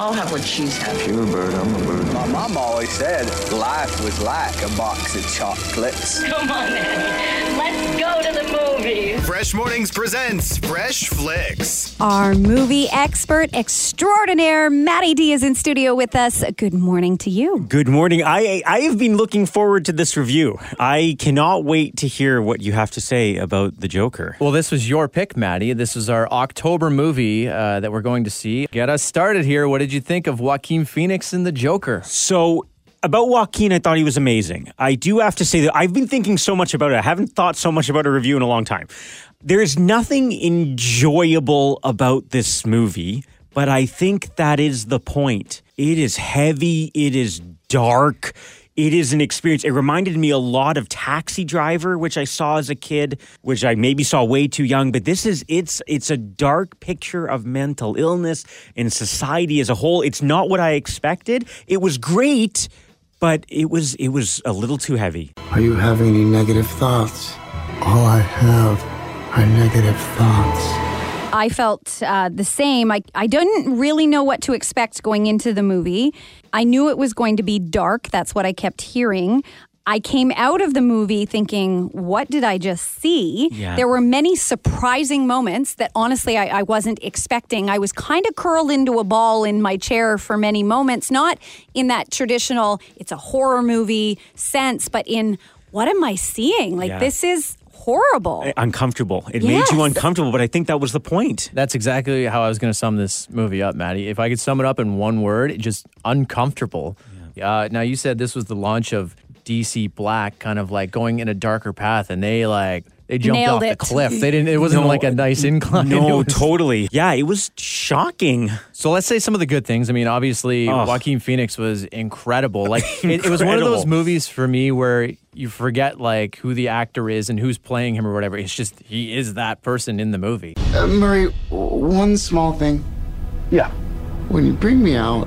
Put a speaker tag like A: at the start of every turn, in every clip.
A: I'll have what she's having.
B: You're a bird, I'm a bird.
C: My mom always said life was like a box of chocolates.
D: Come on, Annie. Let's go to the movies.
E: Fresh Mornings presents Fresh Flicks.
F: Our movie expert extraordinaire, Maddie D, is in studio with us. Good morning to you.
G: Good morning. I I have been looking forward to this review. I cannot wait to hear what you have to say about the Joker.
H: Well, this was your pick, Maddie. This is our October movie uh, that we're going to see. Get us started here. What did you think of Joaquin Phoenix and the Joker?
G: So about Joaquin, I thought he was amazing. I do have to say that I've been thinking so much about it. I haven't thought so much about a review in a long time. There is nothing enjoyable about this movie, but I think that is the point. It is heavy, it is dark. It is an experience. It reminded me a lot of Taxi Driver, which I saw as a kid, which I maybe saw way too young. But this is it's it's a dark picture of mental illness and society as a whole. It's not what I expected. It was great, but it was it was a little too heavy.
I: Are you having any negative thoughts? All I have are negative thoughts.
F: I felt uh, the same. I, I didn't really know what to expect going into the movie. I knew it was going to be dark. That's what I kept hearing. I came out of the movie thinking, what did I just see?
G: Yeah.
F: There were many surprising moments that honestly I, I wasn't expecting. I was kind of curled into a ball in my chair for many moments, not in that traditional, it's a horror movie sense, but in what am I seeing? Like,
G: Yeah.
F: this is horrible.
G: Uncomfortable. It made you
F: Yes.
G: uncomfortable, but I think that was the point.
H: That's exactly how I was going to sum this movie up, Maddie. If I could sum it up in one word, it just uncomfortable. Uh, now you said this was the launch of DC Black, kind of like going in a darker path, and they like they jumped
F: Nailed
H: off the
F: it.
H: cliff. They didn't. It wasn't
G: No.
H: like a nice incline. It
G: No,
H: was-
G: totally. Yeah, it was shocking.
H: So let's say some of the good things. I mean, obviously,
G: Ugh.
H: Joaquin Phoenix was incredible. Like It, it was one of those
G: Incredible.
H: movies for me where you forget like who the actor is and who's playing him or whatever. It's just he is that person in the movie.
I: Uh, Murray, w- one small thing.
C: Yeah.
I: When you bring me out,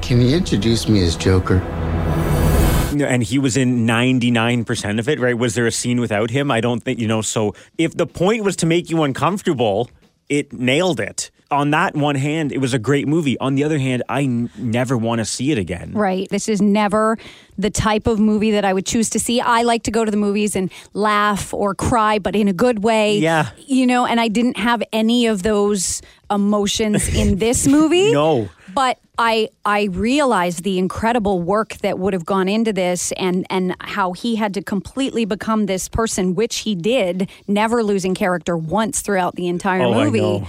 I: can you introduce me as Joker?
G: No, and he was in 99% of it, right? Was there a scene without him? I don't think, you know. So if the point was to make you uncomfortable, it nailed it. On that one hand, it was a great movie. On the other hand, I n- never want to see it again.
F: Right. This is never the type of movie that I would choose to see. I like to go to the movies and laugh or cry, but in a good way.
G: Yeah.
F: You know, and I didn't have any of those emotions in this movie.
G: No.
F: But I I realized the incredible work that would have gone into this and and how he had to completely become this person, which he did, never losing character once throughout the entire
G: Oh, I
F: movie.
G: know.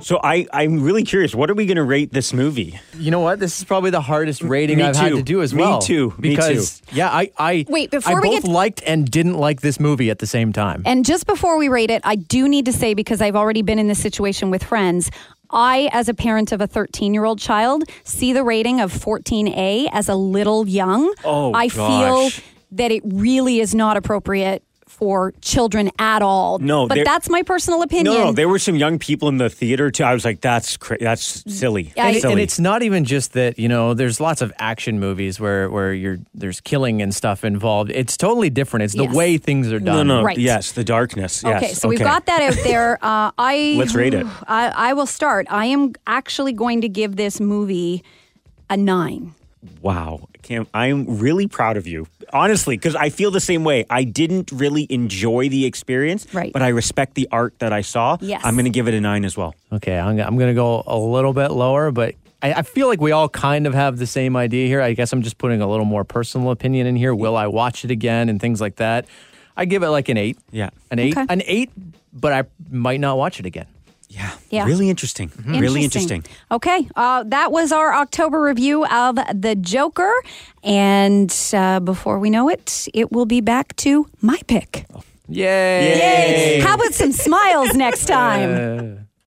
G: So I, I'm really curious. What are we going to rate this movie?
H: You know what? This is probably the hardest rating
G: me
H: I've had
G: too.
H: to do as
G: Me
H: well.
G: too. Me
H: Because yeah, I I
F: Wait, before
H: I
F: we
H: both
F: get-
H: liked and didn't like this movie at the same time.
F: And just before we rate it, I do need to say because I've already been in this situation with friends. I, as a parent of a 13 year old child, see the rating of 14A as a little young.
G: Oh,
F: I
G: gosh.
F: feel that it really is not appropriate for children at all.
G: No,
F: but
G: there-
F: that's my personal opinion.
G: No, no, there were some young people in the theater too. I was like, that's cra- that's silly.
F: Yeah, I-
G: silly.
H: And it's not even just that, you know, there's lots of action movies where, where you're there's killing and stuff involved. It's totally different. It's the
F: Yes.
H: way things are
G: no,
H: done.
G: no,
F: Right.
G: yes, the darkness. Yes,
F: Okay, so we've got that out there. Uh, I
G: Let's rate it.
F: I, I will start. I am actually going to give this movie a nine.
G: Wow, Cam, I'm really proud of you. Honestly, because I feel the same way. I didn't really enjoy the experience,
F: Right.
G: but I respect the art that I saw.
F: Yes.
G: I'm going to give it a nine as well.
H: Okay, I'm, I'm going to go a little bit lower, but I, I feel like we all kind of have the same idea here. I guess I'm just putting a little more personal opinion in here. Will I watch it again and things like that? I give it like an eight.
G: Yeah.
H: An eight.
F: Okay.
H: An eight, but I might not watch it again.
G: Yeah.
F: Yeah. Mm-hmm.
G: Really interesting. Really interesting.
F: Okay, uh, that was our October review of The Joker. And uh, before we know it, it will be back to my pick.
H: Yay.
F: How about some smiles next time?
H: Uh,